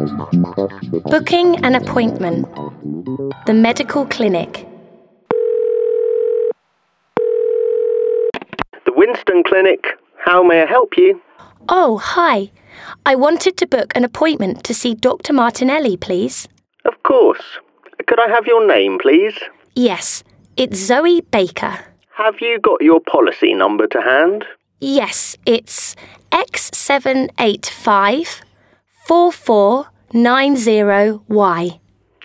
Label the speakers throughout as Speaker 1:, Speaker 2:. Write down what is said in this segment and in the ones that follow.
Speaker 1: Booking an appointment. The medical clinic.
Speaker 2: The Winston Clinic. How may I help you?
Speaker 1: Oh, hi. I wanted to book an appointment to see Dr. Martinelli, please.
Speaker 2: Of course. Could I have your name, please?
Speaker 1: Yes, it's Zoe Baker.
Speaker 2: Have you got your policy number to hand?
Speaker 1: Yes, it's X785 4490Y.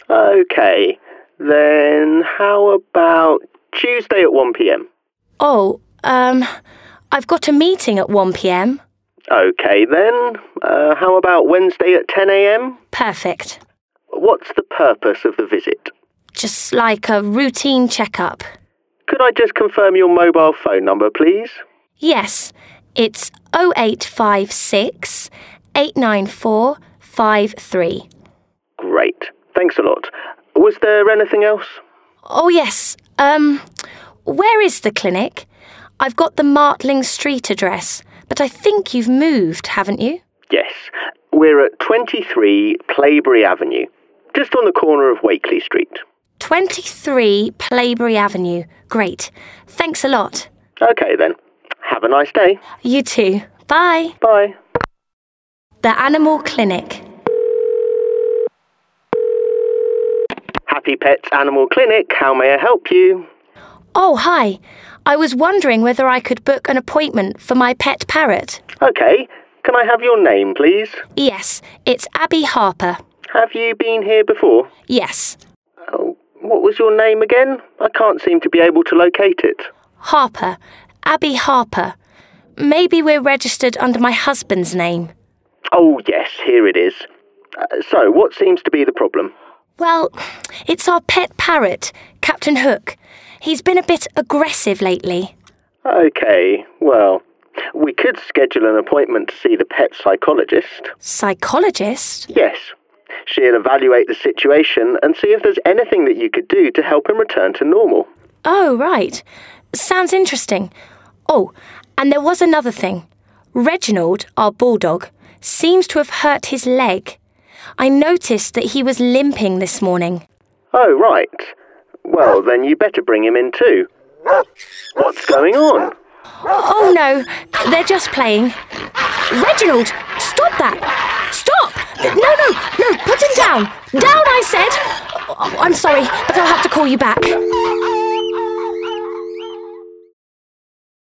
Speaker 2: Okay. Then how about Tuesday at 1 pm?
Speaker 1: Oh, um, I've got a meeting at 1 pm.
Speaker 2: Okay, then. Uh, how about Wednesday at 10 am?
Speaker 1: Perfect.
Speaker 2: What's the purpose of the visit?
Speaker 1: Just like a routine checkup.
Speaker 2: Could I just confirm your mobile phone number, please?
Speaker 1: Yes, it's 0856 894 53.
Speaker 2: Great. Thanks a lot. Was there anything else?
Speaker 1: Oh, yes. Um, where is the clinic? I've got the Martling Street address, but I think you've moved, haven't you?
Speaker 2: Yes. We're at 23 Playbury Avenue, just on the corner of Wakeley Street.
Speaker 1: 23 Playbury Avenue. Great. Thanks a lot.
Speaker 2: Okay, then. Have a nice day.
Speaker 1: You too. Bye.
Speaker 2: Bye.
Speaker 1: The Animal Clinic.
Speaker 2: Happy Pets Animal Clinic. How may I help you?
Speaker 1: Oh, hi. I was wondering whether I could book an appointment for my pet parrot.
Speaker 2: Okay. Can I have your name, please?
Speaker 1: Yes, it's Abby Harper.
Speaker 2: Have you been here before?
Speaker 1: Yes,
Speaker 2: Oh, what was your name again? I can't seem to be able to locate it.
Speaker 1: Harper. Abby Harper. Maybe we're registered under my husband's name.
Speaker 2: Oh, yes, here it is. Uh, so, what seems to be the problem?
Speaker 1: Well, it's our pet parrot, Captain Hook. He's been a bit aggressive lately.
Speaker 2: Okay, well, we could schedule an appointment to see the pet psychologist.
Speaker 1: Psychologist?
Speaker 2: Yes. She'll evaluate the situation and see if there's anything that you could do to help him return to normal.
Speaker 1: Oh, right. Sounds interesting. Oh, and there was another thing. Reginald, our bulldog, seems to have hurt his leg. I noticed that he was limping this morning.
Speaker 2: Oh, right. Well, then you better bring him in too. What's going on?
Speaker 1: Oh no, they're just playing. Reginald, stop that! Stop! No, no, no, put him down! Down, I said! Oh, I'm sorry, but I'll have to call you back.